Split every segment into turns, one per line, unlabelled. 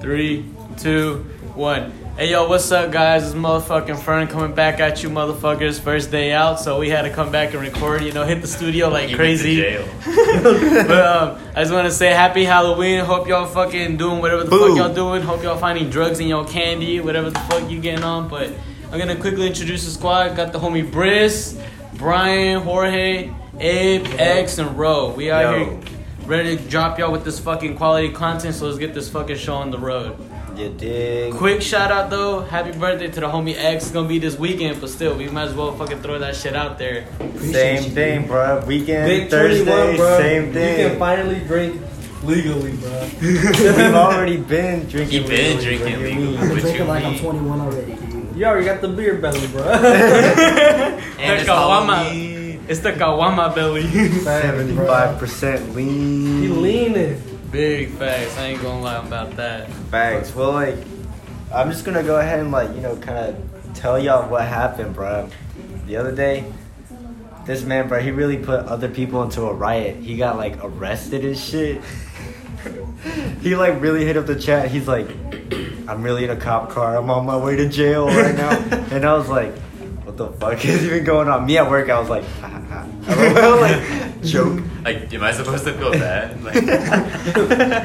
three, two, one. Hey yo, what's up, guys? It's motherfucking Fern coming back at you, motherfuckers. First day out, so we had to come back and record. You know, hit the studio like crazy. but um, I just want to say happy Halloween. Hope y'all fucking doing whatever the
Boo.
fuck y'all doing. Hope y'all finding drugs in your candy, whatever the fuck you getting on. But I'm gonna quickly introduce the squad. Got the homie Briss, Brian, Jorge, Abe, X, and Ro. We out
Yo.
here ready to drop y'all with this fucking quality content. So let's get this fucking show on the road.
You dig?
Quick shout out though, happy birthday to the homie X. It's gonna be this weekend, but still, we might as well fucking throw that shit out there.
Same thing, bro. Weekend,
Big
Thursday,
21, bro.
same
You can
thing.
finally drink legally, bro.
We've already been drinking.
He been
legally,
drinking
what do you
legally.
mean?
I'm
What you
drinking like I'm
mean?
21 already, dude.
You already got the beer belly, bro.
And
the
it's
kawama.
Halloween.
It's the kawama belly.
Seventy-five percent lean.
he leaning.
Big facts. I ain't gonna lie about that.
Facts. Well, like, I'm just gonna go ahead and like you know kind of tell y'all what happened, bro. The other day, this man, bro, he really put other people into a riot. He got like arrested and shit. he like really hit up the chat. He's like, I'm really in a cop car. I'm on my way to jail right now. and I was like, what the fuck is even going on? Me at work, I was like, ah, ah, ah. like joke.
Like, am I supposed to feel bad? Like,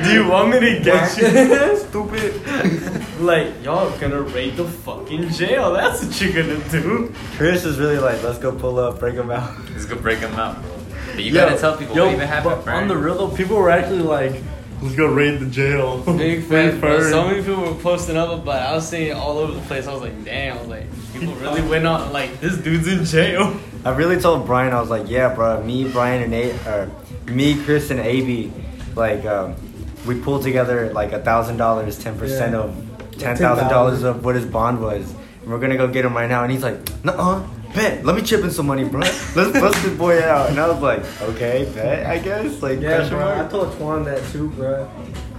Do you want me to get you? Stupid. like, y'all gonna raid the fucking jail. That's what you're gonna do.
Chris is really like, let's go pull up, break him out.
let's go break them out, bro. But you
Yo,
gotta tell people what even happened,
but on the
Fern.
real though, people were actually like, let's go raid the jail.
Big
Raid
facts, bro.
Fern.
So many people were posting up about it. I was seeing it all over the place. I was like, damn, like, people really went on, like, this dude's in jail.
I really told Brian, I was like, yeah, bro, me, Brian, and A, or me, Chris, and AB, like, um, we pulled together like a thousand dollars, ten percent
Yeah.
of ten thousand dollars of what his bond was, and we're gonna go get him right now. And he's like, nuh-uh, bet, let me chip in some money, bro. Let's bust this boy out. And I was like, okay, bet, I guess, like,
Yeah,
question
bro. I
mark.
told Twan that too, bro.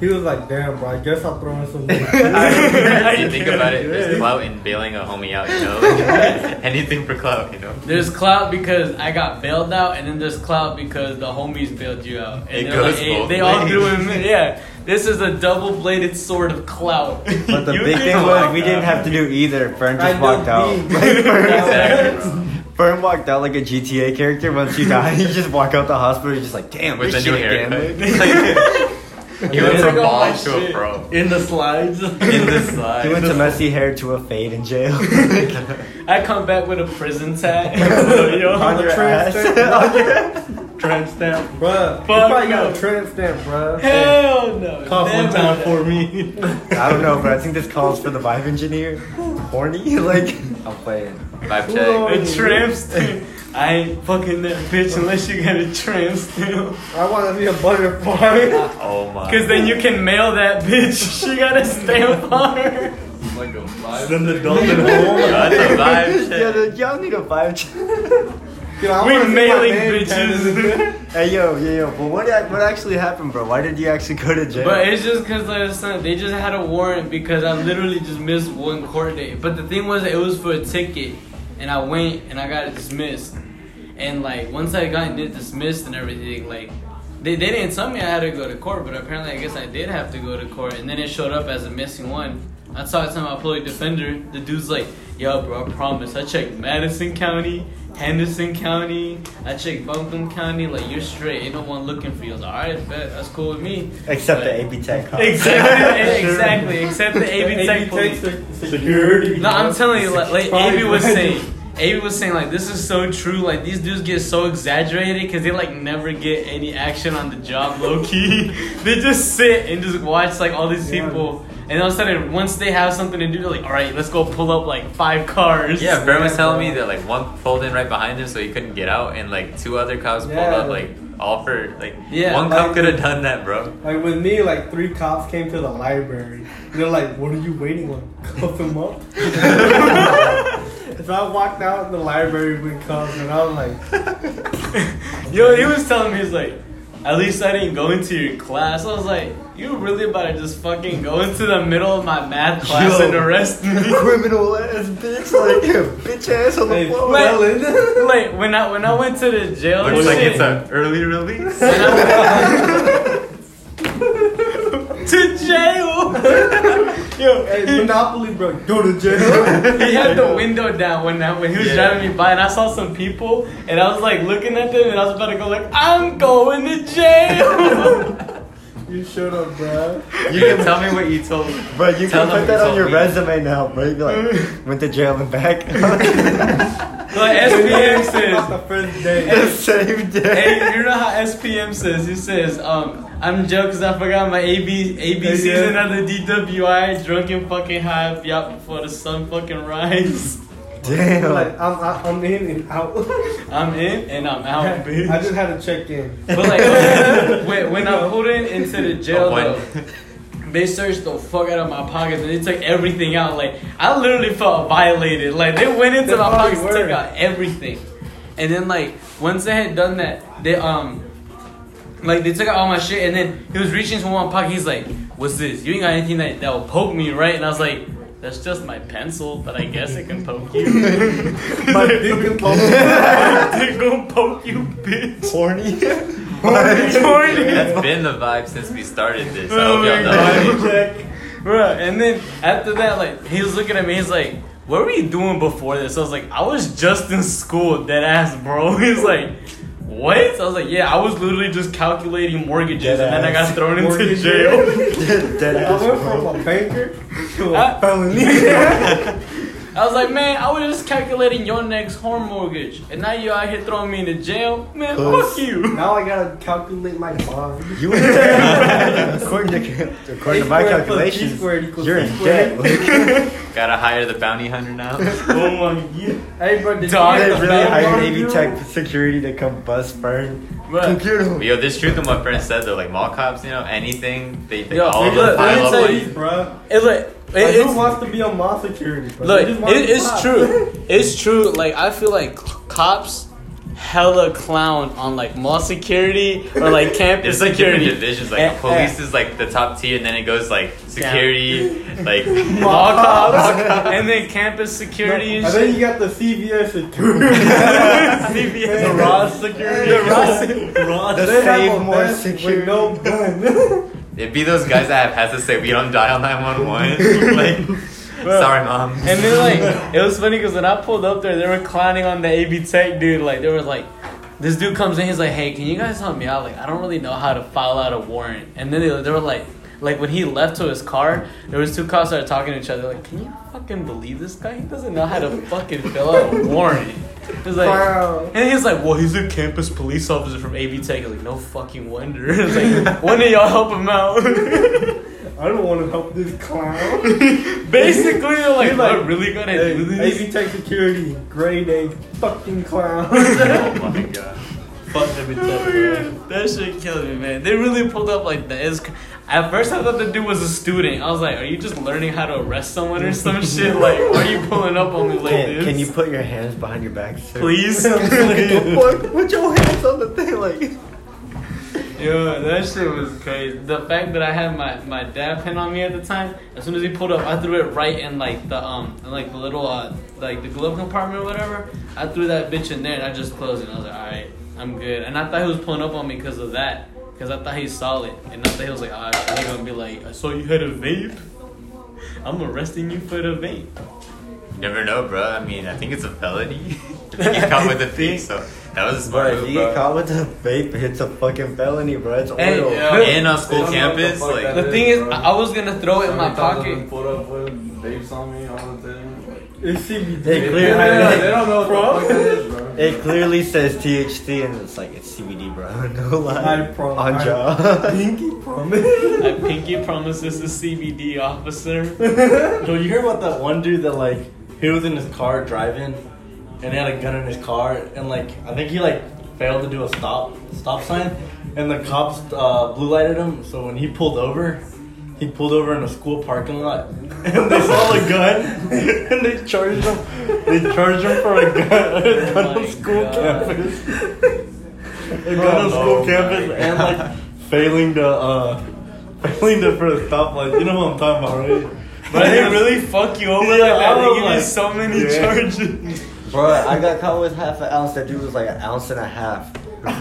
He was like, damn, bro. I guess I'll throw in some. money."
If you think about it, there's clout in bailing a homie out, you know? Anything for clout, you know?
There's clout because I got bailed out, and then there's clout because the homies bailed you out. And
It
they're
goes
hey,
both
They all
ways.
threw him in. Yeah, this is a double-bladed sword of clout.
But the
You
big
think
thing was
about
we
that.
didn't have to do either. Fern
I
just
know
walked out.
being-
Like, Fern,
Exactly, bro.
Fern walked out like a GTA character. Once you die, you just walk out the hospital. You're just like, damn,
With
this
a new
shit again.
haircut. He went
Yeah.
from
Oh,
ball to a
shit.
pro.
in the slides.
In this slide.
He went to messy hair to a fade in jail.
I come back with a prison tag.
on your ass.
Tramp stamp, bro. You probably got a tramp stamp, bro.
Hell no.
Cough one
never
time
that.
for me.
I don't know, but I think this calls for the vibe engineer. Horny? Like, I'm playing.
Vibe check.
A tramp stamp. I ain't fucking that bitch unless you get a tramp stamp.
I want to be a butterfly.
Oh my.
Cause then you can mail that bitch. She got a stamp on her.
Like a vibe.
Send the dolphin home.
That's a
Yeah,
vibe check.
dude, y'all need a vibe check.
Dude, I
We
wanna see my
mailing
man tatted.
bitches.
Hey, yo, yo, yo, but what, ac- what actually happened, bro? Why did you actually go to jail?
But it's just because like I said, they just had a warrant because I literally just missed one court date. But the thing was, it was for a ticket, and I went and I got dismissed. And like once I got did dismissed and everything, like they, they didn't tell me I had to go to court, but apparently I guess I did have to go to court. And then it showed up as a missing one. I saw it to my public defender. The dude's like, "Yo, bro, I promise. I checked Madison County." Henderson County, I checked Buncombe County, like you're straight, ain't no one looking for you. I was like, alright, bet, that's cool with me.
Except
But-
the AB Tech. huh?
Exactly, exactly. Except the AB Tech police.
security.
No, I'm telling you, like, like
Probably
AB was
right.
saying, AB was saying, like, this is so true. Like, these dudes get so exaggerated because they like never get any action on the job, low key. they just sit and just watch like all these
Yeah.
people. And all of a sudden, once they have something to do, they're like, all right, let's go pull up like five cars.
Yeah, Bram was telling me that like one pulled in right behind him so he couldn't get out, and like two other cops pulled
Yeah.
up like all for like
Yeah,
one cop
like-
could have done that, bro.
Like with me, like three cops came to the library. They're like, "What are you waiting on? Cuff him up." so I walked out in the library with cuffs, and I was like,
Yo, he was telling me, he's like, at least I didn't go into your class. I was like, you really about to just fucking go into the middle of my math class
Yo.
and arrest me?
Criminal ass bitch, like, bitch ass on the
"Hey,
floor.
felon."
like when I when I went to the jail, and
Looks
Oh,
like
shit,
it's an early release.
to jail.
yo, hey, Monopoly, bro, go to jail.
He had the window down when that when he was
Yeah.
driving me by, and I saw some people, and I was like looking at them, and I was about to go like, I'm going to jail.
you showed up, bro.
You can tell me what you told me.
Bro, you
Tell
can
them
put that
it's
on your
all me.
resume now, bro. You'd be like, went to jail and back.
like SPM says,
the first day.
the same day.
hey, you know how SPM says? He says, um, I'm jail because I forgot my AB, ABCs
Yeah.
and other DWI, drunk and fucking high, be out before the sun fucking rise.
Damn.
Like, I'm, I- I'm in and out.
I'm in and I'm out, bitch.
I just had to check in.
But like when, when I put in into the jail
Oh, when-
though, they searched the fuck out of my pockets and they took everything out. Like I literally felt violated. Like they went into
They
my
probably
pockets, and took
were.
out everything, and then like once they had done that, they um. Like they took out all my shit and then he was reaching into one pocket. He's like, "What's this? You ain't got anything that that will poke me, right?" And I was like, "That's just my pencil, but I guess it can poke you.
My dick and balls.
it gonna poke you, bitch."
Horny.
That's been the vibe since we started this. I
Oh
hope
my
y'all know.
Body check.
Bruh, and then after that, like, he was looking at me, he's like, what were you doing before this? I was like, I was just in school, dead ass, bro. He's like, what? I was like, yeah, I was literally just calculating mortgages,
Dead
and then I
ass.
got thrown into
Mortgage.
jail.
Dead
I
ass,
went
bro.
from a banker to
I-
a felony.
I was like, man, I was just calculating your next home mortgage, and now you out here throwing me into jail? Man,
Puss.
fuck you.
Now I gotta calculate my bond.
You in debt. according to, according to my
squared plus
calculations,
B squared equals
you're
C
in
squared.
debt. Like,
Gotta hire the bounty hunter now.
Oh my god.
Hey, bro, did
Dog,
you
they
the
get
really
the
bad
bad
hired
part
Navy
of
Tech security to come bust burn.
Bruh.
Computer.
Yo, this truth that my friend said though, like mall cops, you know, anything, they, they
Yo,
all
look,
just
let me
pile up
tell
on
you-
you,
you.
bro?
It's like,
Like,
it-
who
it's,
wants to be on mall security, bro?
Look,
They just
it,
want to
it's
rob.
true. It's true. Like I feel like cops hella clown on like mall security or like campus
There's like
security.
different divisions. Like
Eh,
police is like the top tier, and then it goes like security, like
Mall cops and then campus security
I
and
think
shit.
you got the CVS security.
CVS the Ross security.
The Ross-
Ross.
The
They have
save
a
more
vest
security.
With no gun.
it'd be those guys that have has to say we don't dial nine one one. Like, sorry mom.
And then like it was funny because when I pulled up there, they were clowning on the AB Tech dude. Like they were like, this dude comes in, he's like, hey, can you guys help me out? Like I don't really know how to file out a warrant. And then they, they were like, like when he left to his car, there was two cops that were talking to each other. Like, can you fucking believe this guy? He doesn't know how to fucking fill out a warrant. He's like,
Wow.
and he's like, well, he's a campus police officer from AB Tech. He's like, no fucking wonder. It's like, when did y'all help him out?
I don't want to help this clown.
Basically, they're like,
He's
like,
like,
we're really gonna
Hey,
do this?
AV Tech security, grade A fucking clown.
oh my god.
Fuck them in Oh, That shit killed me, man. They really pulled up like that. It's cr- At first, I thought the dude was a student. I was like, "Are you just learning how to arrest someone or some shit? Like, why are you pulling up on me like
Can,
this?
can you put your hands behind your back, sir?
please?"
Fuck, Put your hands on the thing, like.
Yo, that shit was crazy. The fact that I had my, my dad pin on me at the time, as soon as he pulled up, I threw it right in like the um in, like the little uh like the glove compartment or whatever. I threw that bitch in there and I just closed it. I was like, all right, I'm good. And I thought he was pulling up on me because of that, because I thought he saw it, and I thought he was like, ah, they gonna be like, I saw you had a vape. I'm arresting you for the vape.
You never know, bro. I mean, I think it's a felony. if you get caught with a thing, so that was a smart
Bro, if
move,
you get
bro.
caught with a vape, it's a fucking felony, bro. It's oil.
Hey, yo.
And on school
They don't know what the
campus,
fuck
like
that
The thing is, I I was gonna throw it in my
Somebody comes up
pocket.
and Pulled up with vapes on me all the time. Like,
It's CBD.
They
they,
clear-
don't- they don't know
Bro.
what the fuck that is, bro.
It clearly says THC and it's like it's CBD, bro. No lie.
I promise.
On job.
Pinky promise.
I pinky promises the CBD officer.
So you hear about that one dude that like he was in his car driving, and he had a gun in his car, and like I think he like failed to do a stop stop sign, and the cops uh, blue lighted him. So when he pulled over, he pulled over in a school parking lot, and they saw the gun, and they charged him. They charged him for a gun, a gun
Oh my
on school
God. Oh
campus, a gun on school campus, and like failing to uh, failing to for a stoplight. You know what I'm talking about, right?
But they really fuck you over
Yeah,
like that.
I
They
was
give you
like-
so many
Yeah.
charges.
bro, I got caught with half an ounce. That dude was like an ounce and a half.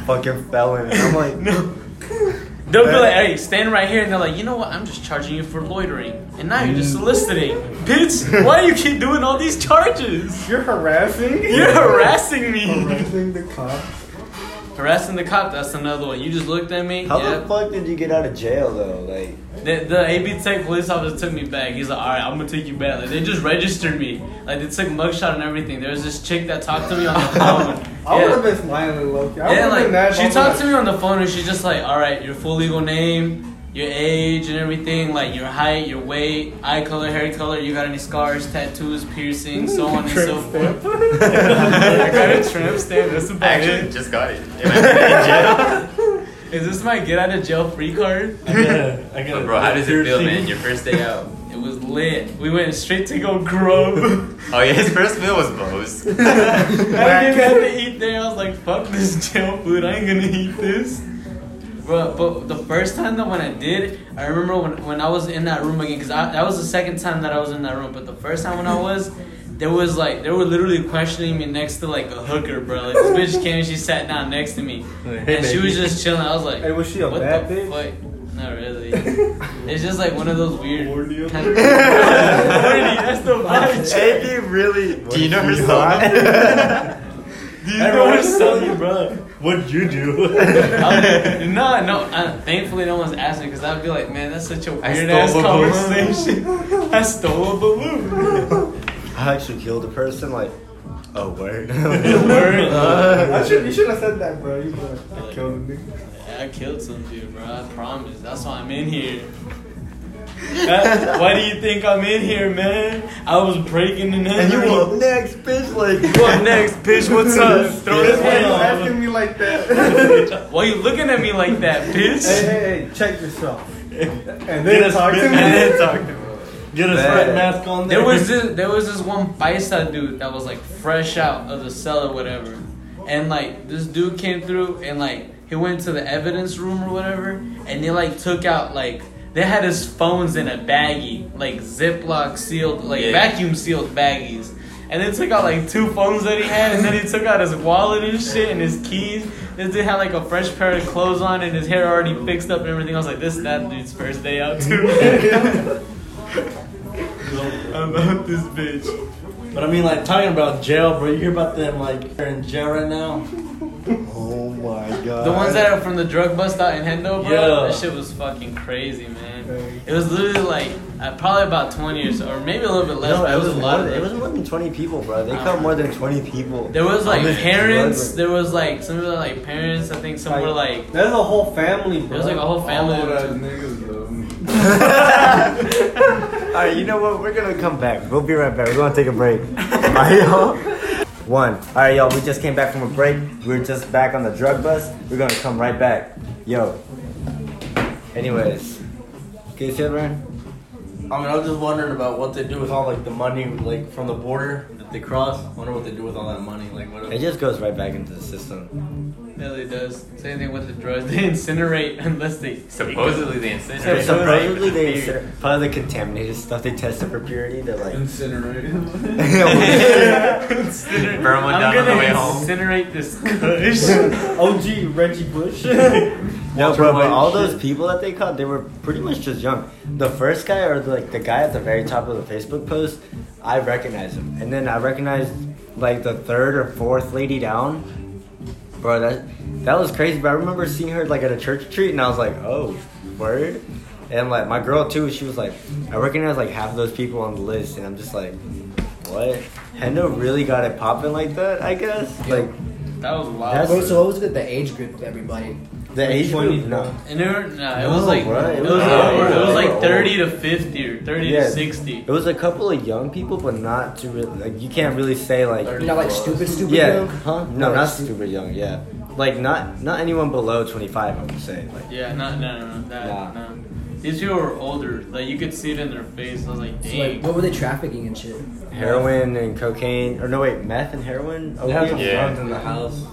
Fucking felon. I'm like,
No. They'll be like, hey, stand right here. And they're like, you know what? I'm just charging you for loitering. And now you're just soliciting. Bitch, why do you keep doing all these charges?
You're harassing?
You're harassing me.
harassing the cop.
Harassing the cop, that's another one. You just looked at me.
How
yep.
the fuck did you get out of jail though? Like,
The, the AB Tech police officer took me back. He's like, all right, I'm gonna take you back. Like, they just registered me. Like, they took mugshot and everything. There was this chick that talked to me on the phone.
I
Yeah.
would have been smiling, Loki. I would
Yeah,
have been
like
mad.
she talked to me on the phone and she's just like, all right, your full legal name, your age and everything, like your height, your weight, eye color, hair color, you got any scars, tattoos, piercings, so on and so forth. I got a tramp stamp. That's
I
about
actually
it.
just got it. Am I in jail?
Is this my get out of jail free card?
I gotta, I gotta
But bro, how does it feel,
piercing.
man? Your first day out.
It was lit. We went straight to go grub.
Oh yeah, his first meal was Bose.
I didn't even have to eat there. I was like, fuck this jail food. I ain't gonna eat this. Bro, but the first time that when I did, I remember when, when I was in that room again, because that was the second time that I was in that room. But the first time when I was, there was like, they were literally questioning me next to like a hooker, bro. Like, this bitch came and she sat down next to me.
Hey,
and she was
baby.
just chilling. I was like,
Hey, was she a
what
bad
the
bitch?
fuck? Not really. it's just like one of those weird.
Ordeal?
Kind of, that's the vibe. check.
really?
Do you know her song?
Everyone
Everyone's
was
so-
telling you, bro, what'd you do?
I was- no, no. I, thankfully, no one's asked me because I'd be like, man, that's such a
I
weird
stole
ass
a balloon."
conversation. I stole a balloon.
I actually killed a person. Like, oh word.
Word.
I should, you should have said that, bro. You bro. I killed a nigga.
I killed some dude, bro. I promise. That's why I'm in here. That- why do you think I'm in here, man? I was breaking the net.
and you were next, bitch. Like,
What next, bitch? What's up? Throw
That's
this
why you
hand
asking me like that.
up. Why you looking at me like that,
hey,
bitch?
hey, hey, check yourself. And
Get
then
a
talk to me.
spit-
And then talk to me.
Get a
Bad.
sweat mask on there.
There was this there was this one paisa dude that was like fresh out of the cell or whatever. And like this dude came through and like he went to the evidence room or whatever and they like took out like they had his phones in a baggie, like Ziploc sealed, like
Yeah.
vacuum sealed baggies. And they took out like two phones that he had, and then he took out his wallet and shit and his keys. This dude had like a fresh pair of clothes on and his hair already fixed up and everything. I was like, this that dude's first day out too. I'm out this bitch.
But I mean, like, talking about jail, bro, you hear about them, like, they're in jail right now?
oh my god.
The ones that are from the drug bust out in Hendo, bro.
Yeah.
That shit was fucking crazy, man. It was literally like uh, probably about 20 years or maybe a little bit less.
No,
but
it was,
a
more
lot
than,
of
it was
them.
more than 20 people, bro. They caught more than 20 people.
There was like
On this
parents.
drug-
There was like some of the like parents. I think some were like.
There's a whole family, bro.
There was like a whole
All
family.
old ass
that was-
niggas though.
All right, you know what? We're gonna come back. We'll be right back. We're gonna take a break. All right, y'all. One. All right, y'all. We just came back from a break. We're just back on the drug bus. We're gonna come right back. Yo. Anyways, can you see it, Ryan?
I mean, I was just wondering about what they do with all, like, the money, like, from the border that they cross. I wonder what they do with all that money. Like, what
It just goes right back into the system.
Yeah, they does. Same thing with the drugs. They incinerate unless they.
Supposedly they
Supposedly.
incinerated.
Supposedly they incinerated- part of the contaminated stuff they tested for purity. They're like,
Incinerated.
Incinerate.
Burn one
I'm
down on the
gonna
way home.
incinerate this kush.
OG Reggie Bush. That's
No,
Walter
bro, but
White
all
shit.
those people that they caught, they were pretty much just young. The first guy, or like the guy at the very top of the Facebook post, I recognized him, and then I recognized like the third or fourth lady down, bro. That that was crazy. But I remember seeing her like at a church retreat, and I was like, oh, word. And like my girl too, she was like, I recognize like half of those people on the list, and I'm just like, what? Hendo really got it popping like that, I guess. Like
that was wild.
That's-
Bro, so what was the, the age group of everybody?
the age group, no.
And there, were- nah, it
No,
was like
bruh,
it was, over, it was like thirty to fifty or thirty
Yeah.
to sixty.
It was a couple of young people, but not too really. Like you can't really say like.
You're not like stupid, stupid
Yeah.
young?
Huh? No, not stupid young. Yeah. Like not not anyone below twenty five. I would say. Like
Yeah, no, no, no, no, that,
Nah.
no. These people were older. Like you could see it in their face. I was like,
So like,
dang.
what were they trafficking and shit?
heroin and cocaine, or no wait, meth and heroin.
They have
opium?
some
Yeah.
drugs in the house.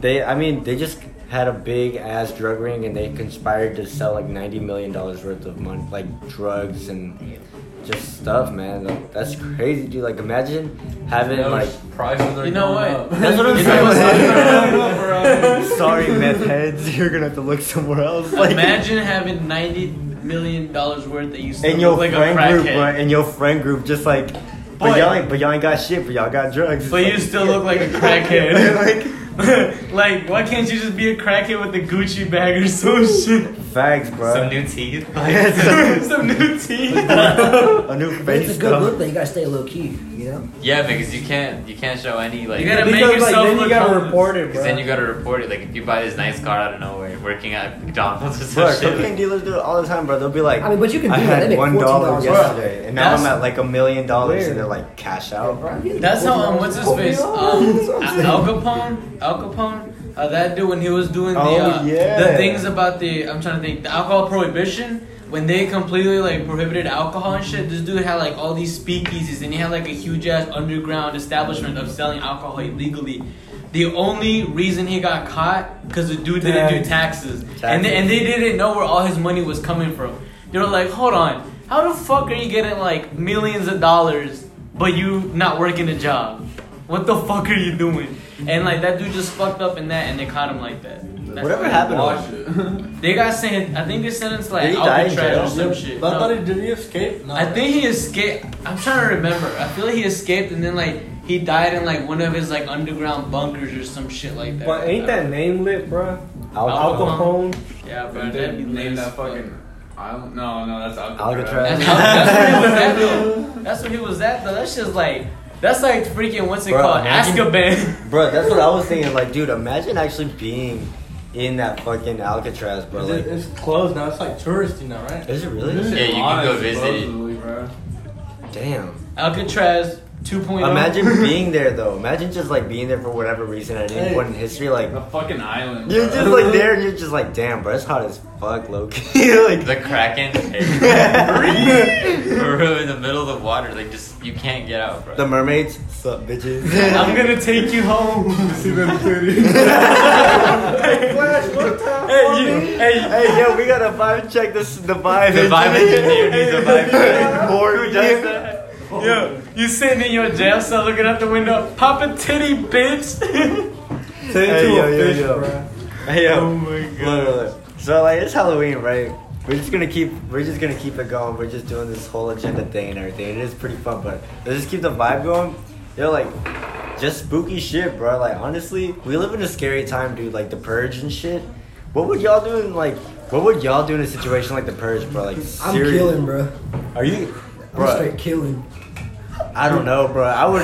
They. I mean, they just had a big ass drug ring, and they conspired to sell like ninety million dollars worth of money, like drugs and just stuff, man. Like, that's crazy, dude. Like imagine having like.
prices are
You know
going
what?
up.
That's what I'm
You know what's
saying.
up, bro?
Sorry, meth heads. You're gonna have to look somewhere else. Like,
Imagine having ninety million dollars worth that you still
in your
look like a
friend group, bro.
crackhead,
In your friend group, just like.
Boy.
But y'all, ain't, but y'all ain't got shit. But y'all got drugs.
but you
It's
still look like a crackhead.
like
like, why can't you just be a crackhead with a Gucci bag or some shit?
facts, bro.
Some new teeth.
some new teeth.
a new
It's
face.
a good
though.
look, but you gotta stay low key, you know?
yeah, because you can't you can't show any like.
You gotta make
Because like
yourself
then you
look
gotta
homeless.
report it, bro.
Because then you gotta report it. Like if you buy this nice car out of nowhere, working at McDonald's or some
Bro,
shit.
cocaine
like-
dealers do it all the time, bro. They'll be like,
I mean, but you can
I
do that. They
had
make
one
$14
dollar
yesterday.
yesterday, and now I'm
That's-
at like a million dollars, and
Weird.
they're like cash out.
That's how um, what's his face?
Oh,
Um, Al Capone. Al Capone. Uh, that dude when he was doing the
Oh,
uh,
yeah.
the things about the I'm trying to think the alcohol prohibition when they completely like prohibited alcohol and shit. This dude had like all these speakeasies and he had like a huge ass underground establishment of selling alcohol illegally. The only reason he got caught because the dude didn't do taxes, And, they, and they didn't know where all his money was coming from. They were like, hold on, how the fuck are you getting like millions of dollars but you not working a job? What the fuck are you doing? And like that dude just fucked up in that, and they caught him like that. That's
Whatever
it.
happened to
Wash
him?
it.
They got sent. I think they sentenced like
Did he die in jail?
Alcatraz or some shit.
I
No.
thought he did he escape? No.
I think he escaped. I'm trying to remember. I feel like he escaped, and then like he died in like one of his like underground bunkers or some shit like that.
But ain't that name lit, bro?
Al-
Al-
Al Capone.
Yeah, bro.
And
That'd be
then
lame
name
as
that
fuck.
fucking island. No, no, that's
Alcatraz.
That's,
Alcatraz.
how, that's what he was at though. That's what he was at though. That's just like that's like freaking what's it
Bro,
called?
imagine-
Azkaban.
bro, that's what I was thinking. Like, dude, imagine actually being in that fucking Alcatraz, bro.
Is
Like,
it- it's closed now. It's like touristy now, right?
is it really?
This shit
Yeah, you can go
lies,
visit it.
supposedly, bro.
Damn.
Alcatraz oh. 2.0.
Imagine being there though. Imagine just like being there for whatever reason at any
Hey.
point in history. Like,
A fucking island.
you're
bro.
just like there, and you're just like, damn, bro, it's hot as fuck, Loki. like,
The Kraken. We're in the middle of the water. Like just you can't get out, bro.
The mermaids, sup, bitches.
I'm gonna take you home.
See them titties.
hey, you, hey, hey, yo, we gotta vibe check this, the vibe.
The vibe engineer needs a vibe check.
More Who does
Yo, you sitting in your jail cell looking out the window, pop a titty, bitch.
Turn
Hey,
into
yo,
a
yo,
fish,
yo.
bro.
Hey, yo. Oh my god. So like, it's Halloween, right? We're just gonna keep, we're just gonna keep it going. We're just doing this whole agenda thing and everything. It is pretty fun, but let's just keep the vibe going. Yo, like, just spooky shit, bro. Like, honestly, we live in a scary time, dude. Like the purge and shit. What would y'all do in like? What would y'all do in a situation like the purge, bro? Like,
I'm
serious-
killing, bro.
Are you?
I'm
Bro,
straight killing.
I don't know, bro. I would,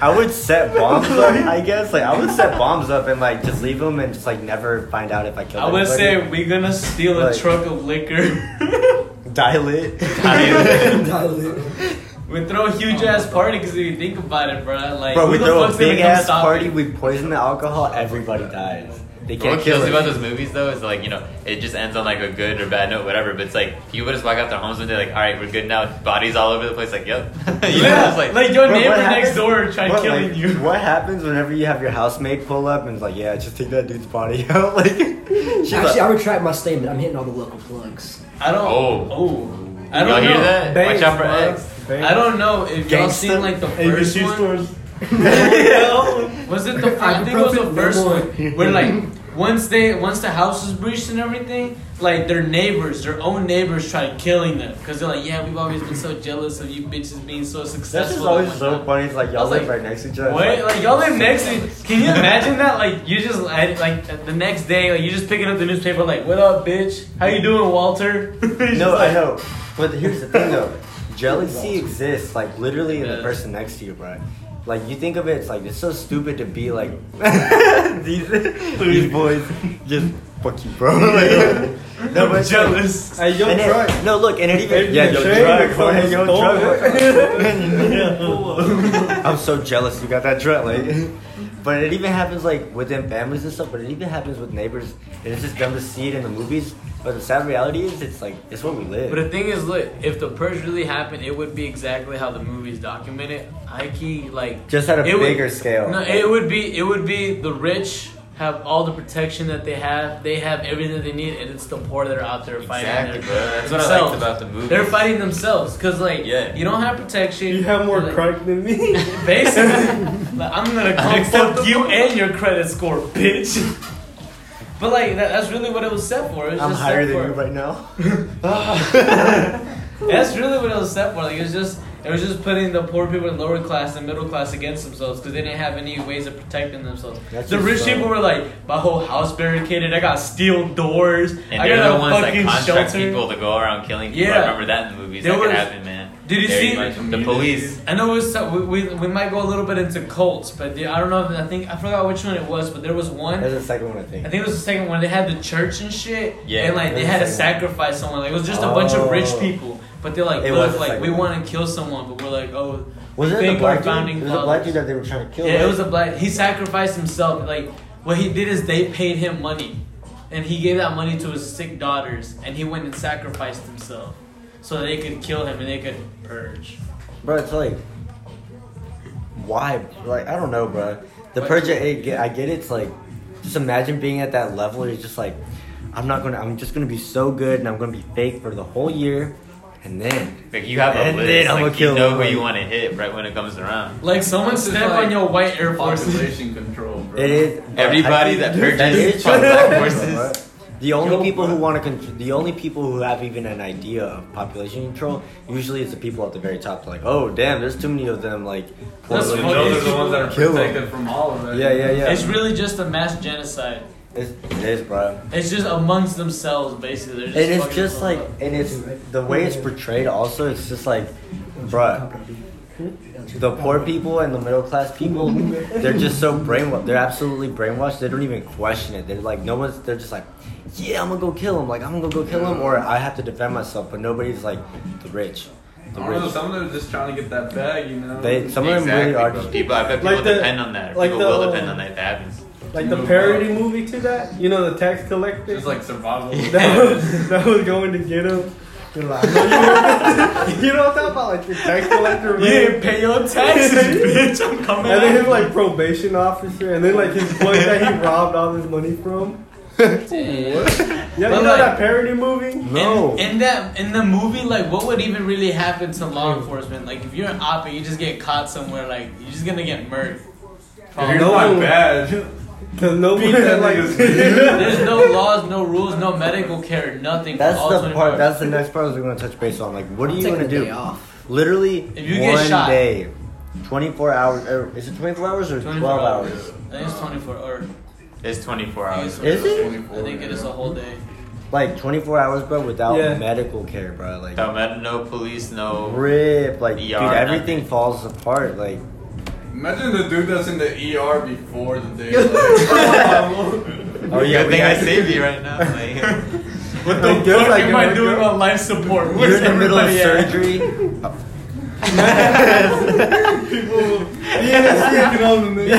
I would set bombs up. I guess, like, I would set bombs up and like just leave them and just like never find out if I killed.
I would
anybody.
say we're gonna steal a
Like-
truck of liquor.
dial it.
Dilute.
we throw a huge ass party because if you think about it, bro, like
bro, we
who the
throw
fuck's
a
gonna
big
come
ass
stop
party.
it?
We poison the alcohol. Everybody dies. They can't
what
kill
kills me about
us.
those movies though is like you know it just ends on like a good or bad note whatever but it's like people just walk out their homes and they're like all right we're good now bodies all over the place like yep you know
Yeah,
it's like,
like, your
Bro, what
neighbor next
happens-
door tried
what,
killing
like,
you.
What happens whenever you have your housemate pull up and it's like, yeah, just take that dude's body out? Like, she's like,
Actually, I retract my statement. I'm hitting all the local plugs.
I don't.
Oh.
oh. I
y'all
don't
hear
know.
that watch out for eggs
I don't know if y'all
Gangsta.
seen like the first
ABC
one.
stores.
Was it the I think it was the first one where like once they once the house was breached and everything, like their neighbors, their own neighbors, tried killing them because they're like, yeah, we've always been so jealous of you bitches being so
that's
successful.
just always
and
so
whatnot."
funny. It's like
I
y'all
was
live
like,
right next to each other.
What?
It's
Like y'all live next to? Can you imagine that? Like you just I- like the next day, like you just picking up the newspaper, like, what up, bitch? How you doing, Walter?
No, I know. But here's the thing though. Jealousy exists like literally in the
Yeah.
person next to you, bro. Like you think of it, it's like it's so stupid to be like these, these boys just fuck you, bro. Like, no, but jealous.
Hey, yo,
and
truck.
it, no, look, and it even
If
yeah,
you
yo,
change,
drug,
it's
bro,
almost
yo, drug. I'm so jealous you got that drug, like. But it even happens like within families and stuff. But it even happens with neighbors, and it's just dumb to see it in the movies. But the sad reality is, it's like it's what we live.
But the thing is, look, if the purge really happened, it would be exactly how the movies document it. Ike, like
Just at a
it would-
bigger scale.
No, it would be it would be the rich have all the protection that they have. They have everything that they need, and it's the poor that are out there fighting.
Exactly, bro.
their-
That's what I liked
themselves.
about the movie.
They're fighting themselves because, like,
Yeah.
you don't have protection.
You have more
Like,
crack than me.
Basically, like, I'm gonna come
Unacceptable.
fuck you and your credit score, bitch. But like that, that's really what it was set for. It was
I'm
just
higher
set
than
for,
you right now.
That's really what it was set for. Like it was just it was just putting the poor people and lower class and middle class against themselves because they didn't have any ways of protecting themselves.
That's
the
just,
rich
uh,
people were like, my whole house barricaded. I got steel doors.
And
I
they're
got
the
a
ones that
fucking
contract
shelter.
people to go around killing people.
Yeah.
I remember that in the movies.
There
that
was-
could happen, man.
Did you
Very
see-
much. the
Community.
police?
I know it was, we, we, we might go a little bit into cults, but the, I don't know. If, I think I forgot which one it was, but there was one.
That's the second one I think.
I think it was the second one. They had the church and shit.
Yeah.
And like they had to sacrifice someone. Like it was just a bunch of rich
Oh.
people. But they're like,
It was
look,
the
like
second
we
one.
want to kill someone, but we're like, oh,
Was it
Big
the
or
black dude?
founding
It was the black
fathers.
dude that they were trying to kill.
yeah,
right?
it was a black. He sacrificed himself. Like what he did is they paid him money, and he gave that money to his sick daughters, and he went and sacrificed himself, so they could kill him and they could purge.
Bro, it's like, why? Like, I don't know, bro. The purge, I get, I get it's like, just imagine being at that level. You're just like, I'm not gonna, I'm just gonna be so good and I'm gonna be fake for the whole year. And then,
Like you have a
And then
list.
I'ma
Like,
kill
you know who
everyone.
you want to hit right when it comes around.
Like someone
This is
step
like
on your white Air Force.
Population control, bro.
it is. but I
Everybody
think
that
that
purges
is
from
true.
black forces.
The only
Yo,
people
bro.
who want to, con- the only people who have even an idea of population control, usually it's the people at the very top. Like, oh damn, there's too many of them. Like,
That's
And
fucking-
those are the ones that are
Kill 'em.
protected from all of it.
yeah, yeah, yeah.
It's really just a mass genocide.
It's, it is, bro.
It's just amongst themselves, basically. They're just
and it's
fucking
just like
themselves up.
and it's the way it's portrayed also it's just like bruh the poor people and the middle class people they're just so brainwashed they're absolutely brainwashed they don't even question it they're like no one's they're just like yeah i'm gonna go kill him like i'm gonna go kill him or i have to defend myself but nobody's like the rich the
I don't know,
rich
some of them are just trying to get that bag, you know?
they some of them really are
bro.
just
people. I bet people
Like the-
depend on that.
like
people
the-
will depend on that. If that happens.
Like the parody movie to that, you know, the tax collector.
just like survival.
that was, that was going to get him. They're like, "I know you, were-" you know what I'm talking about? Like the tax collector,
You
man.
didn't pay your taxes, bitch. I'm coming.
And then
after
his like probation officer, and then like his boy that he robbed all his money from.
you.
Yeah,
But,
you know
like-
that parody movie?
no
In, in that in the movie, like, what would even really happen to law enforcement? Like, if you're an op, you just get caught somewhere. Like, you're just gonna get murked.
Here's
No.
Oh, my badge.
Cause nobody
Beat that
like
There's no laws, no rules, no medical care, nothing. for
that's
all
the
24
part
hours.
that's the next part we're gonna touch base on like what are you
Taking
gonna
a
do
day off.
Literally
If you get
one
shot-
day, 24 hours. Or is it 24 hours or 12
24
hours?
I think it's 24 or
It's 24
I think
hours.
it's-
Is it?
I think it is a whole day.
Like 24 hours, bro, without
Yeah.
medical care, bro. Like
No, med- no police, no.
rip, like dude,
ER, nothing.
everything falls apart. Like
Imagine the dude that's in the ER before the day. Like,
oh yeah,
Good
we
thing I
got,
saved you right now. Like,
What
the guess fuck I am
am
can I
I
wake doing
doing
up.
on life support?
you're in the middle of
everybody at?
surgery.
yeah, yeah, you know, the-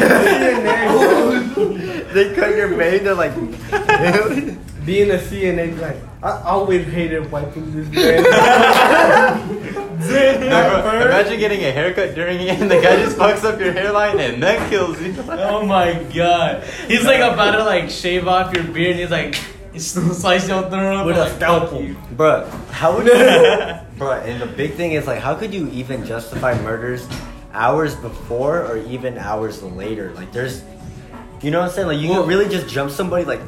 CNA.
they cut your vein. They're like,
Being a CNA, like I always hated wiping this man.
No, bro, imagine getting a haircut during it, and the guy just fucks up your hairline, and that kills you.
Oh my god. He's like about to like shave off your beard and he's like he's gonna slice your throat up
With
I'm
a
like,
scalpel.
fuck you.
bro, how would you, bro? And the big thing is like, how could you even justify murders hours before or even hours later? Like, there's, you know what I'm saying? Like, you
Well-
can really just jump somebody, like,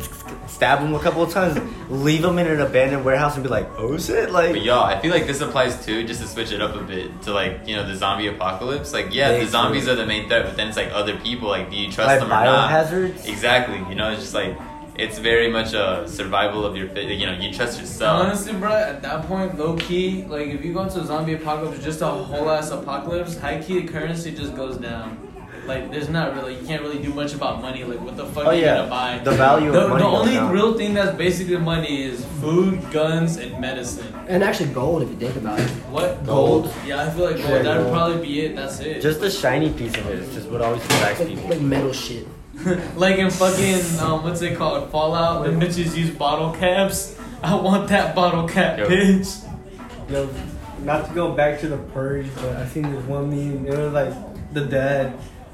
stab them a couple of times, leave them in an abandoned warehouse, and be like, oh shit, like,
But y'all, I feel like this applies too, just to switch it up a bit to like you know the zombie apocalypse. Like yeah,
Yeah,
the
true.
zombies are the main threat, but then it's like other people. Like do you trust
like
them or not?
biohazards.
Exactly. You know, it's just like it's very much a survival of your. fi- You know, you trust yourself.
Honestly, bro, at that point, low key, like if you go into a zombie apocalypse, just a whole ass apocalypse, high key, the currency just goes down. Like, there's not really, you can't really do much about money. Like, what the fuck
Oh,
are you
yeah.
gonna buy?
The value of
the,
money
The
goes
only
down.
real thing that's basically money is food, guns, and medicine.
And actually, gold, if you think about it.
What?
Gold.
Yeah, I feel like gold.
Yeah,
That'd
gold.
probably be it. That's it.
Just the shiny piece of it is just what always attracts
Like,
people.
like metal shit.
Like in fucking um, what's it called? Fallout. The bitches use bottle caps. I want that bottle cap,
Yo.
bitch.
Yo, not to go back to the purge, but I seen this one meme. It was like the dad.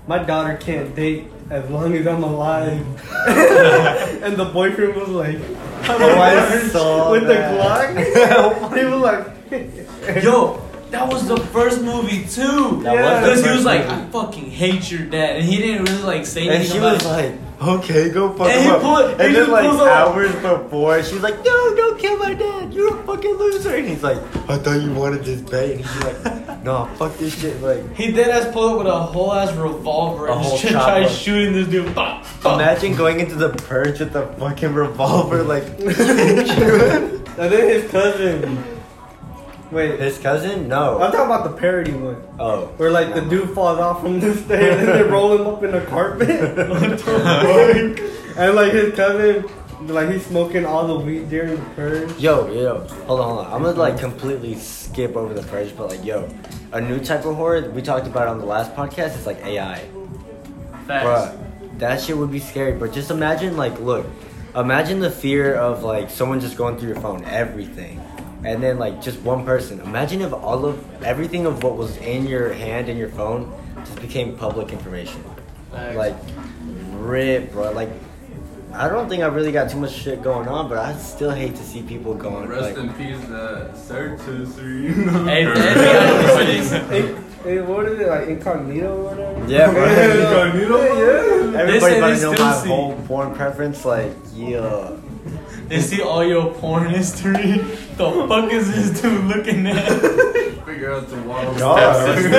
My daughter can't date as long as I'm alive. and the boyfriend was like, I'm
Oh, I
alive
saw
with
that.
the Glock. he was like,
Yo, that was the first movie too.
That
was the
Because he
first
was like,
movie.
I fucking hate your dad, and he didn't really like say
And
anything
she
about
was
it.
like, okay, go fuck
And
him
he
up.
pulled- he
and
just
then like
pulls up.
hours before, she's like, no, don't kill my dad. You're a fucking loser. And he's like, I thought you wanted this bait. And he's like, no, fuck this shit. Like,
he did ass pull up with a whole ass revolver
A
and
whole
just tried
chopper.
shooting this dude. Bop, bop.
imagine going into the purge with the fucking revolver. Like, his
and then his cousin. Wait,
cousin? No.
I'm talking about the parody one.
Oh,
Where like the dude falls off from the stair and then they roll him up in the carpet. What the fuck? and like his cousin, like he's smoking all the weed during the purge.
Yo, yo, hold on, hold on. I'm gonna like completely skip over the purge, but like, yo, a new type of horror that we talked about on the last podcast is like AI.
Facts.
Bruh, that shit would be scary. But just imagine, like, look, imagine the fear of like someone just going through your phone, everything, and then like just one person. Imagine if all of everything of what was in your hand in your phone just became public information.
Facts.
Like, rip, bro. Like, I don't think I really got too much shit going on, but I still hate to see people going. like,
Rest in peace, the Certus.
Hey,
Hey,
that-
Hey, hey, what is it like incognito or whatever?
Yeah, bro.
Yeah, yeah.
They say
Everybody
they
might know
still
my
see-
whole porn preference. Like, yeah.
They see all your porn history. The fuck is this dude looking at?
Figure out the water.
Stepsister.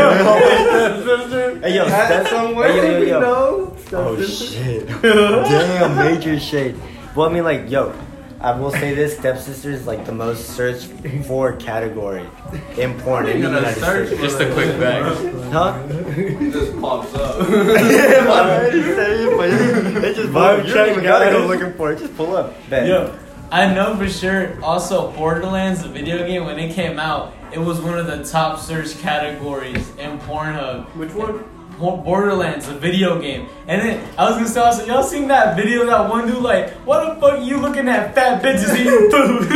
Hey, yo,
At
step-
somewhere,
hey, yo, yo,
you
yo.
know.
Oh shit! Damn, major shade. Well, I mean, like, yo, I will say this: stepsister is like the most searched for category in porn in the
gonna
United
search
States.
Just a quick bang.
Huh?
It just pops up.
Yeah, but I already said it, but it- it just
Vibe
you don't even
check,
gotta go
guys.
looking for it. Just pull up. Bet.
Yo, I know for sure. Also, Borderlands, the video game, when it came out, it was one of the top search categories in Pornhub.
Which one?
Bo- Borderlands, the video game. And then I was gonna say also, y'all seen that video that one dude like, what the fuck you looking at fat bitches eating food?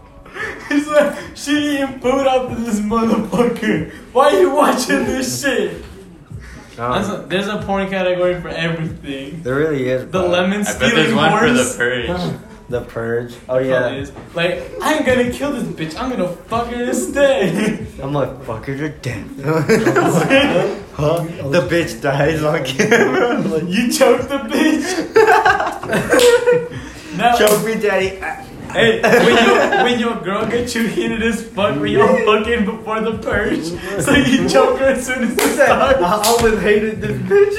He's like, she eating food out of this motherfucker. Why you watching this shit?
Uh-huh.
That's
Um,
a- there's a porn category for everything.
there really is.
The
bro.
lemon
Uh, I bet
stealing
there's one for the
horse.
purge.
The purge. Oh yeah.
is. Like, I'm gonna kill this bitch. I'm gonna fuck her this day.
I'm like, fuck her to death. huh? The bitch dies on camera. I'm like,
you choke the bitch. now,
Choke me, daddy. Ah.
hey, when, you, when your girl gets you heated as fuck, when you're fucking before the purge, so you choke her as soon as it starts.
I always hated this bitch.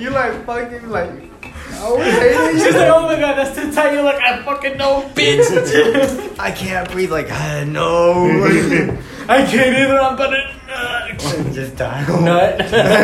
you like fucking like. I always hated you.
She's like, oh my god, that's too tight. You're like, I fucking know, bitch.
I can't breathe. Like, ah, no.
I can't either. I'm uh, gonna.
Just die.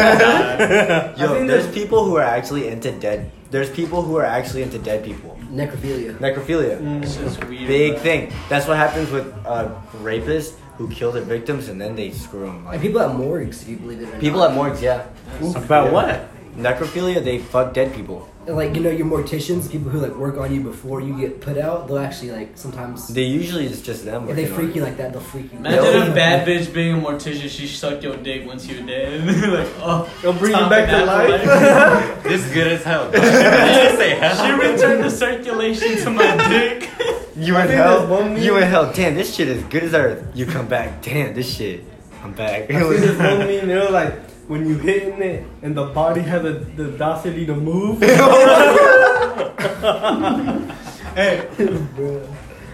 I
Yo,
think
there's
that-
people who are actually into dead. There's people who are actually into dead people.
Mm. Necrophilia.
Necrophilia.
It's just weird.
Big thing. That's what happens with uh, rapists who kill their victims and then they screw them.
Like
Like,
people at morgues, if you believe it or not.
people at morgues, yeah.
About what?
Necrophilia, they fuck dead people.
And, like you know your morticians, people who like work on you before you get put out, they'll actually like sometimes
They usually it's just them.
if they
working on
freak
it.
you like that, they'll freak you.
Imagine a bad bitch being a mortician. She sucked your dick once you're dead. like, oh,
They'll bring you
time
back to
for
life.
This good as hell. Did you say
she
hell?
returned the circulation to my dick.
You in
think there's one
hell?
meme-
You in hell? Damn, this shit is good as earth. You come back. Damn, this shit. I'm back.
I see this one meme, they were like, when you hitting it and the body has the, the docility to move.
hey,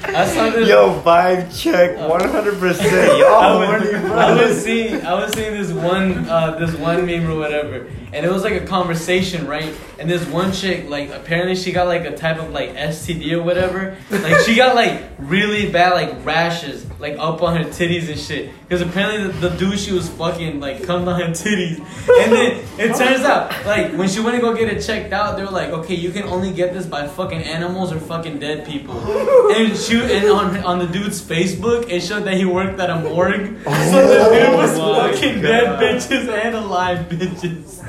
I saw this.
Yo, vibe check, 100. percent
I
Y'all
was,
horny, bro.
I was seeing I was seeing this one uh, this one meme or whatever, and it was like a conversation, right? And this one chick, like apparently she got like a type of like STD or whatever. Like she got like really bad like rashes, like up on her titties and shit. Because apparently the, the dude she was fucking like come on her titties, and then it turns out like when she went to go get it checked out, they were like, okay, you can only get this by fucking animals or fucking dead people. And she and on on the dude's Facebook, it showed that he worked at a morgue. So
Oh
the dude was
my
fucking dead bitches and alive bitches.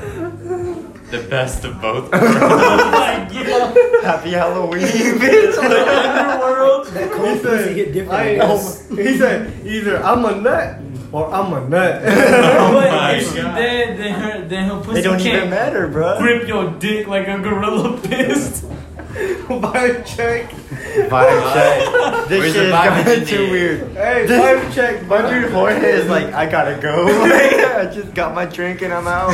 The best of both. worlds.
like, yeah, the
Happy Halloween, bitch.
underworld.
That cold pussy hit different.
I
I
ain't-
guess.
he said, either I'm a nut or I'm a nut.
Oh
but if she did, then her then her pussy
It don't even
can't
matter, bro.
grip your dick like a gorilla fist.
vibe check.
Vibe check. This shit
Where's the
is
vibe
going
you
too
need?
weird.
Hey, vibe check.
My dude Jorge is like, I gotta go. I just got my drink and I'm out.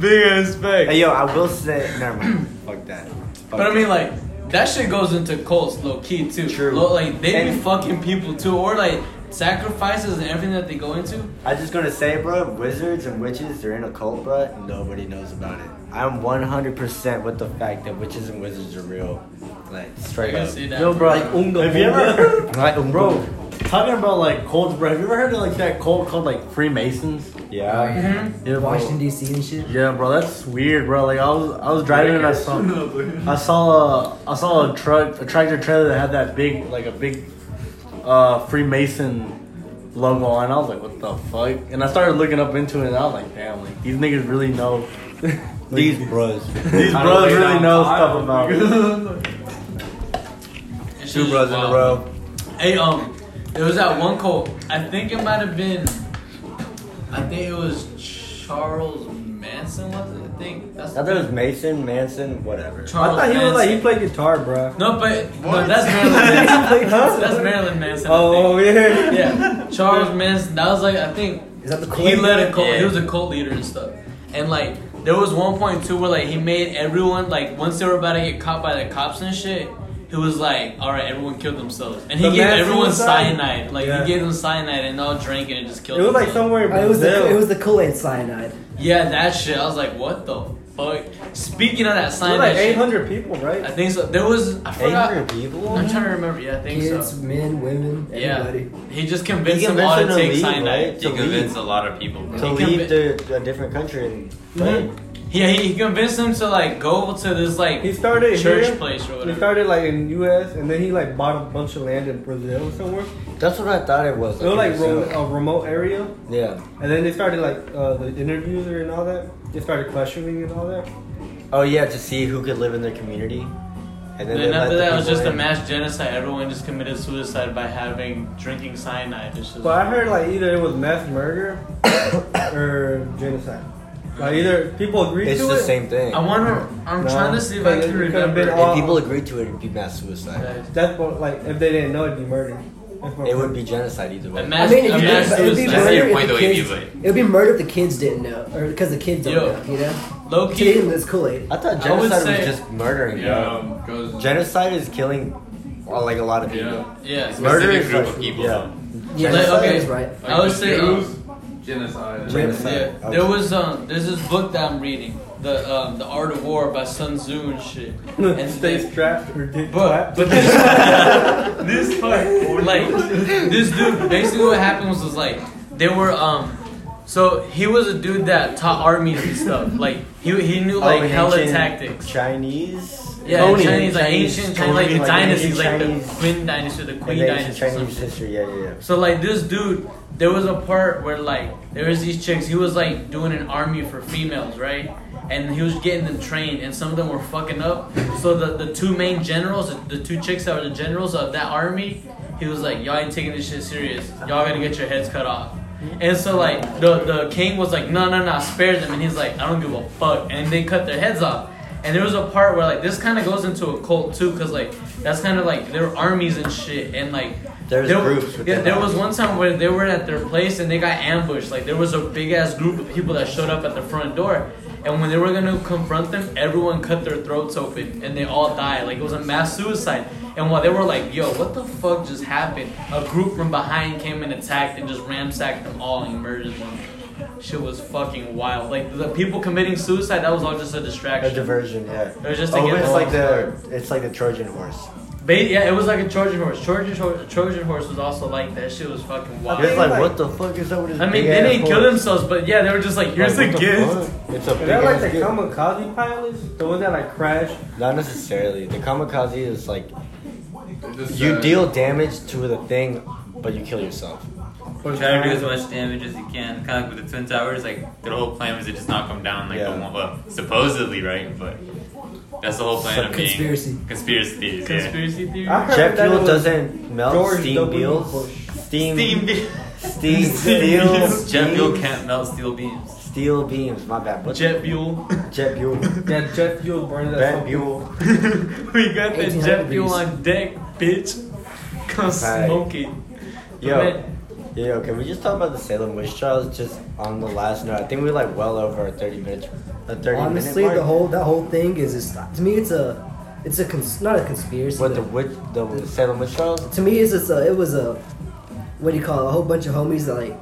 Big ass back.
hey, yo, I will say, never mind. Fuck that. Fuck
But I mean, like, that shit goes into cults, low key, too.
True.
Low, like, they be
And-
fucking people, too. Or, like, sacrifices and everything that they go into.
I just gonna say, bro, wizards and witches, they're in a cult, bro. Nobody knows about it. I'm 100% with the fact that witches and wizards are real. Like,
I
straight
can
up.
see that.
Yo, bro.
Like Unga
have you ever
Bunga.
heard,
Like, um,
bro? Talking about like cults, bro. Have you ever heard of like that cult called like Freemasons?
Yeah.
Mm-hmm.
Yeah,
Washington D.C. and shit.
Yeah, bro, that's weird, bro. Like I was, I was driving and I saw, I saw a, I saw a truck, a tractor trailer that had that big, like a big, uh, Freemason logo on. I was like, what the fuck? And I started looking up into it, and I was like, damn, like these niggas really know.
These bros.
These
I
bros
don't
really know
know.
stuff about.
It's
Two
just
bros in a
wild.
row.
Hey, um, there was that one cult. I think it might have been. I think it was Charles Manson, was it? I think. That's
I thought it was Mason, Manson, whatever.
I
Charles
thought he
Manson.
was like he played guitar, bro.
No, but no, that's Marilyn Manson. that's Marilyn Manson. I think.
Oh yeah.
Yeah, Charles Manson. That was like I think
Is that the cult
he
leader?
led a cult. He
Yeah.
was a cult leader and stuff. And like there was one point too where like he made everyone like once they were about to get caught by the cops and shit, he was like, all right, everyone killed themselves, and he
The
gave
Manson
everyone
side?
cyanide. Like
Yeah.
he gave them cyanide and they all drank it and just
It
killed.
was like
themselves.
somewhere in
Oh, it was
Brazil.
the it was the Kool Aid cyanide.
yeah, that shit. I was like, what the fuck? Speaking of that
It was
cyanide,
like
shit,
800 people,
I
right?
think so. There was I forgot.
800 people?
I'm trying to remember. Yeah, I think
Kids,
so.
men, women,
Yeah,
everybody.
he just convinced
He
them all to
convinced them
take
to leave,
cyanide.
right?
He
To leave.
convinced a lot of people. bro.
To
He
leave to a different country and play.
Yeah, he, he convinced him to like go to this like
He started
church
here.
place or
He
whatever.
started like in U.S. and then he like bought a bunch of land in Brazil or somewhere.
That's what I thought it was.
It was like
So-
ro- a remote area,
Yeah.
and then they started like uh, the interviews and all that. They started questioning and all that.
Oh, yeah, to see who could live in their community. And
Then
they let
after
the
that it was
people
just a
in.
mass genocide. Everyone just committed suicide by having drinking cyanide. It's just,
But I heard like either it was mass murder or genocide. Like either people agreed
It's
to
the
it.
same thing.
I wonder. I'm
No,
trying to see if I
because
can
it could've
remember.
been all-
If people agreed to it, it'd be mass suicide.
that.
That's what, like if they didn't know it'd be murder. That's what-
It would be genocide either
A
way.
mass,
I mean, if
a
you
mass
did, it'd be
That's
suicide.
your
murder if
point,
the
though, if you
kids.
would.
It'd be murder if the kids didn't know, or because the kids don't
Yo.
know. You know,
Low
to
key,
them it's Kool Aid.
I thought
I would
genocide
say-
was just murdering. bro.
Yeah, because
Genocide is killing, well, like a lot of people.
yeah,
yeah.
Murder
Specific
is
group
like-
of people.
Yeah.
Yeah,
Like,
that's-
okay.
that's right.
like
I would
the
say, um,
Jews, genocide.
Genocide.
Yeah,
Okay.
there was um, there's this book that I'm reading, the um, the Art of War by Sun Tzu and shit. And
stay
they-
strapped or get
But,
clapped.
but this, this part, like, this dude, basically what happened was, was like, they were, um, so he was a dude that taught armies and stuff. Like, he, he knew, like,
Oh,
hella
ancient
tactics.
Chinese.
Yeah,
Conan.
Chinese, like, ancient Chinese, like, the
Conan,
dynasties, like,
ancient
the
Chinese-
Queen dynasty, the Queen
and then ancient
dynasty. or some
Chinese history. Yeah, yeah, yeah.
so like this dude, there was a part where like there was these chicks. He was like doing an army for females, right? And he was getting them trained, and some of them were fucking up. So the, the two main generals, the, the two chicks that were the generals of that army, he was like, y'all ain't taking this shit serious. Y'all gonna get your heads cut off. And so like the the king was like, no no no, spare them. And he's like, I don't give a fuck. And they cut their heads off. And there was a part where like this kind of goes into a cult too, cause like that's kind of like their armies and shit, and like
There's
there,
groups
Yeah,
within
there
that.
was one time where they were at their place and they got ambushed. Like there was a big ass group of people that showed up at the front door, and when they were gonna confront them, everyone cut their throats open and they all died. Like it was a mass suicide. And while they were like, "Yo, what the fuck just happened?" A group from behind came and attacked and just ransacked them all and murdered them. Shit was fucking wild. Like the people committing suicide, that was all just a
A
distraction.
diversion. Yeah. It
was just to get
it's like
along.
the it's like the Trojan horse.
Ba- yeah, it was like a Trojan horse. Trojan horse. Trojan horse was also like that. Shit was fucking wild.
It's like,
like-
what the fuck is that with his
I mean,
big
they
ass
didn't kill
horse?
themselves, but yeah, they were just like, here's
Like,
a
what the
gift.
fuck? It's a
Is
big
that like
ass
the
gift.
kamikaze pilots? The ones that like crashed?
Not necessarily. The kamikaze is like
Just,
you
uh,
deal damage to the thing, but you kill yourself.
Try to do as much damage as you can. Kind of like with the twin towers, like the whole plan was to just knock them down, like
Yeah.
the one, well, supposedly, right? But that's the whole plan
Some
of being
conspiracy.
conspiracy theories. Yeah.
Ah.
Conspiracy theory.
I heard
Jet
that it
fuel
was
doesn't melt.
George
steam
W.
builds.
Bush.
steam,
Steam beams.
steam,
Steam
steel,
beams.
Jet fuel
beams-
can't melt steel beams.
steel beams. My bad. What
Jet fuel.
Jet fuel.
Yeah, jet fuel burns at
Ben
something.
Buell.
we got the
1800
jet fuel
degrees.
on deck, bitch. Come
Right.
smoke it.
Yo,
Man,
yo, can we just talk about the Salem witch trials? Just on the last note, I think we're like well over a thirty minutes. A thirty
Honestly,
minute
the
mark.
whole that whole thing is is to me it's a it's a cons- not a conspiracy.
What the
but
witch, the, the Salem witch trials?
to me it's just a it was a what do you call it, a whole bunch of homies that like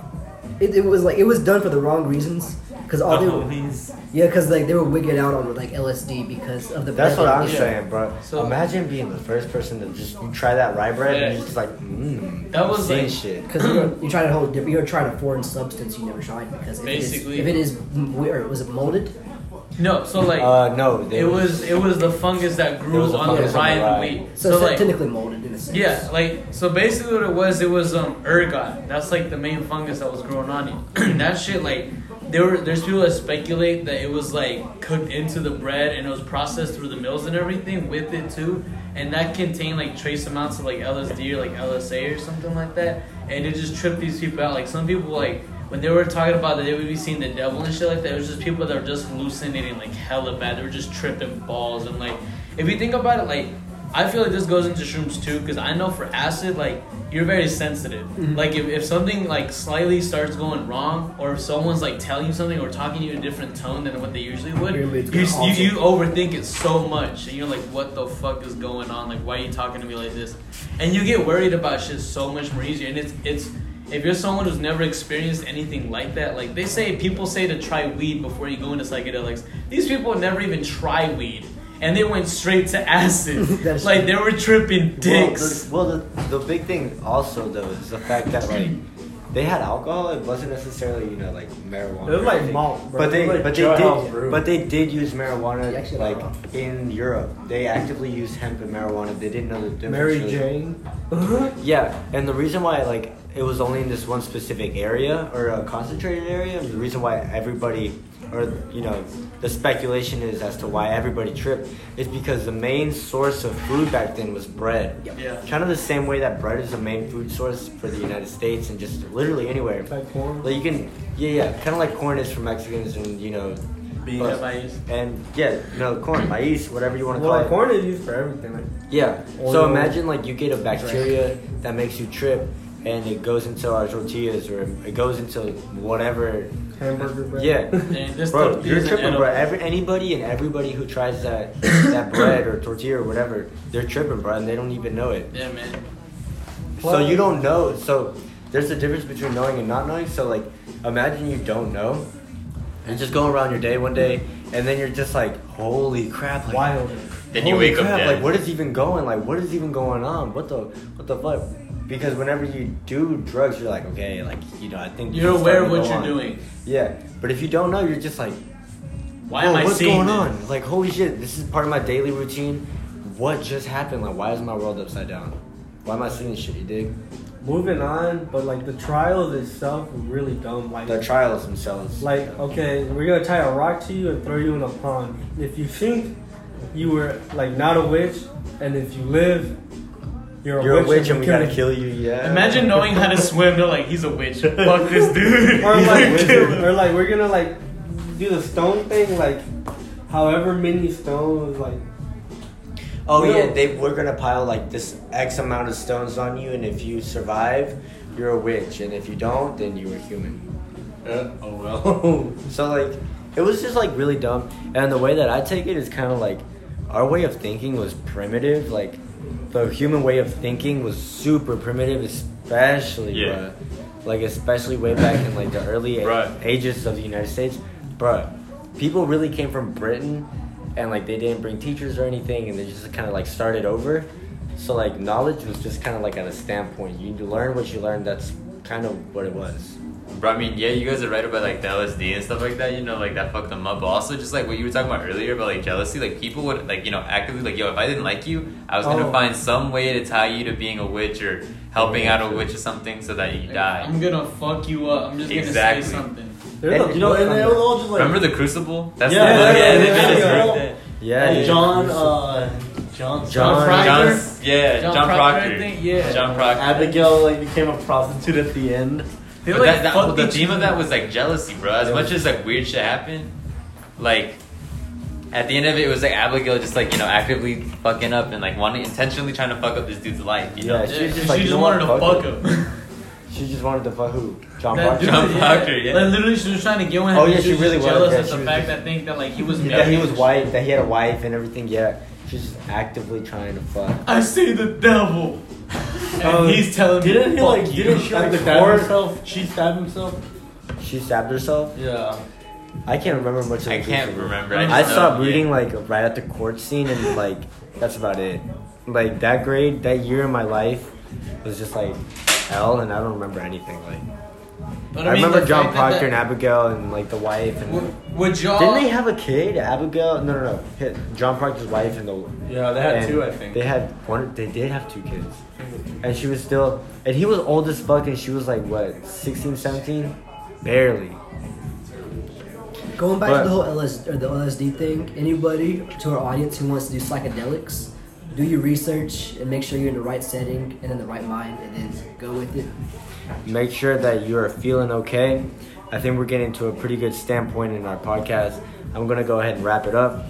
it, it was like it was done for the wrong reasons because all they
Oh,
were yeah because like they were wigging out on like LSD because of the
That's what I'm
yeah.
saying, bro.
So-
Imagine being the first person to just you try that rye bread and
Yeah.
you're just like, mmm.
That was
seeing
like-
shit.
Because you're, you're trying to hold, you're trying a foreign substance you never tried. Because if
Basically.
it is, if it is, m- or it was molded,
No, so like
uh, no, they
it was it was the fungus that
It
grew
was the
on the
fungus on the
rye
rye.
and wheat.
so,
So
it's
like
technically molded in a sense.
yeah, like so basically what it was, it was um ergot. That's like the main fungus that was growing on it. that shit like there were there's people that speculate that it was like cooked into the bread and it was processed through the mills and everything with it too, and that contained like trace amounts of like LSD or like LSA or something like that, and it just tripped these people out. Like some people like. When they were talking about that they would be seeing the devil and shit like that, it was just people that were just hallucinating like hella bad. They were just tripping balls and like, if you think about it, like I feel like this goes into shrooms too, because I know for acid, like you're very sensitive. Like if, if something like slightly starts going wrong, or if someone's like telling you something or talking to you in a different tone than what they usually would,
Your
you,
mood's
you,
gonna
you overthink it so much, and you're like, what the fuck is going on? Like why are you talking to me like this? And you get worried about shit so much more easier. And it's it's if you're someone who's never experienced anything like that, like they say people say to try weed before you go into psychedelics. These people never even try weed. And they went straight to acid.
That's
like they were tripping dicks.
Well, the, well the, the big thing also though is the fact that like they had alcohol. It wasn't necessarily you know like marijuana.
It was
or
like
anything.
malt, bro.
But they
It was like
but they
dry house
did
brew.
but they did use marijuana
Yeah, actually,
like
uh,
in Europe. They actively used hemp and marijuana. They didn't know the difference.
Mary
really.
Jane.
Yeah, and the reason why like it was only in this one specific area or a concentrated area, and the reason why everybody or you know the speculation is as to why everybody tripped is because the main source of food back then was bread.
Yeah.
Kind of the same way that bread is the main food source for the United States and just literally anywhere.
Like corn.
Like you can, yeah, yeah, kind of like corn is for Mexicans and you know,
Beans.
but- and yeah, you know, corn, maize, whatever you want to call
Well,
it.
corn is used for everything. Like,
Yeah.
Oil.
So imagine like you get a bacteria that makes you trip, and it goes into our tortillas or it goes into whatever.
hamburger bread.
Yeah.
And this
Bro,
tortilla
you're
is an
tripping,
edible.
bro. Every, anybody and everybody who tries that that bread or tortilla or whatever, they're tripping, bro, and they don't even know it.
Yeah, man.
So you don't know. So there's a difference between knowing and not knowing. So like, imagine you don't know, and just going around your day one day, and then you're just like, holy crap, like,
Wild.
Then you
Holy
wake up
crap,
dead.
Like, what is even going? Like, what is even going on? What the, what the fuck? Because whenever you do drugs, you're like, okay, like, you know, I think
You're
this is
aware of
starting
what
to go
you're
on.
doing.
Yeah, but if you don't know, you're just like,
Why
"Whoa,
am I
what's
seeing
going
this?
on? Like, holy shit, this is part of my daily routine. What just happened? Like, why is my world upside down? Why am I seeing shit? You dig?
Moving on, but like the trials itself were really dumb. Like,
The trials themselves.
like okay, we're gonna tie a rock to you and throw you in a pond. If you think you were like not a witch, and if you live, you're a
you're a
witch,
witch and we
kill
gotta
you.
kill you. Yeah.
Imagine knowing how to swim. They're like, he's a witch. Fuck this dude.
or
He's
like,
a killer.
or like we're gonna like do the stone thing, like however many stones, like
Oh
No.
yeah, they we're gonna pile like this X amount of stones on you, and if you survive, you're a witch, and if you don't, then you were human.
Uh, oh well.
So like, it was just like really dumb. And the way that I take it is kind of like, our way of thinking was primitive. Like, the human way of thinking was super primitive, especially
Yeah.
bruh. like especially way back in like the early
Right.
ages of the United States, bruh. People really came from Britain, and like they didn't bring teachers or anything, and they just kind of like started over. So like knowledge was just kind of like at a standpoint. You learn what you learn. That's kind of what it was.
Bro, I mean, yeah, you guys are right about like the LSD and stuff like that. You know, like that fucked them up. But also, just like what you were talking about earlier about like jealousy, like people would like you know actively like yo, if I didn't like you, I was gonna
Oh.
find some way to tie you to being a witch or helping out a witch or something so that you die.
I'm gonna fuck you up. I'm just gonna
Exactly.
say something.
there's
And
a
you know, and it was all just like
Remember the Crucible? That's
Yeah,
the
yeah,
yeah,
yeah,
they made us
yeah.
read that.
Yeah,
and
dude.
John, uh, John,
John
Fryer?
John's Yeah,
John
John,
Proctor,
Proctor.
I think, yeah.
John Proctor.
Abigail like became a prostitute at the end.
They,
But
like,
that, that-
fucked
the
each
theme of that
other.
was like jealousy, bro. As
Yeah.
much as like weird shit happened, like at the end of it, it was like Abigail just like you know actively fucking up and like wanting intentionally trying to fuck up this dude's life. You
Yeah,
know,
she
Yeah,
was just like, you know what,
wanted to
fuck
fuck
it.
him.
She just wanted to fuck who? John
That
Parker.
dude,
John Proctor, yeah.
Like, literally, she was trying to get with him.
Oh,
and
yeah, she
just
really was,
jealous
yeah,
at
she
the
was
fact
just-
that think that like he was
Yeah,
married.
that he was white, that he had a wife and everything. Yeah, she's just actively trying to fuck.
I see the devil, and
Oh,
Um,
he's telling me,
Didn't he
"Fuck
like?
you."
Didn't she
At
like
the
stab
court?
herself? She stabbed herself.
She stabbed herself.
Yeah.
I can't remember much of the
I can't
details.
remember. I, just
I
know-
stopped reading like right at the court scene, and like that's about it. Like that grade, that year in my life was just like hell, and I don't remember anything. Like
But
I,
mean,
remember
the
John
fact that-
Proctor and Abigail and like the wife and.
W- Would y'all?
Didn't they have a kid? Abigail? No, no, no. Hit- John Proctor's wife and the
Yeah, they had
And
two, I think.
They had one. They did have two kids, and she was still, and he was old as fuck, and she was like what, 16, 17? barely.
Going back
But-
to the whole LS or the LSD thing, anybody to our audience who wants to do psychedelics, do your research and make sure you're in the right setting and in the right mind, and then go with it.
Make sure that you are feeling okay. I think we're getting to a pretty good standpoint in our podcast. I'm gonna go ahead and wrap it up.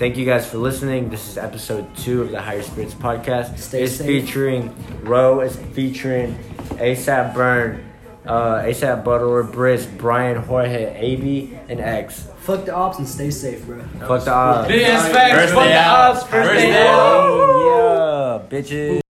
Thank you guys for listening. This is episode two of the Higher Spirits podcast.
Stay
it's
safe.
featuring Roe. It's featuring ASAP Burn, uh, ASAP Butler, Briz, Brian, Jorge, AB, and X.
Fuck the ops and stay safe, bro.
Fuck the odds.
Big ass facts.
First
Fuck
day
the
out.
odds. First
First
day
day
out.
out.
Oh, yeah, bitches.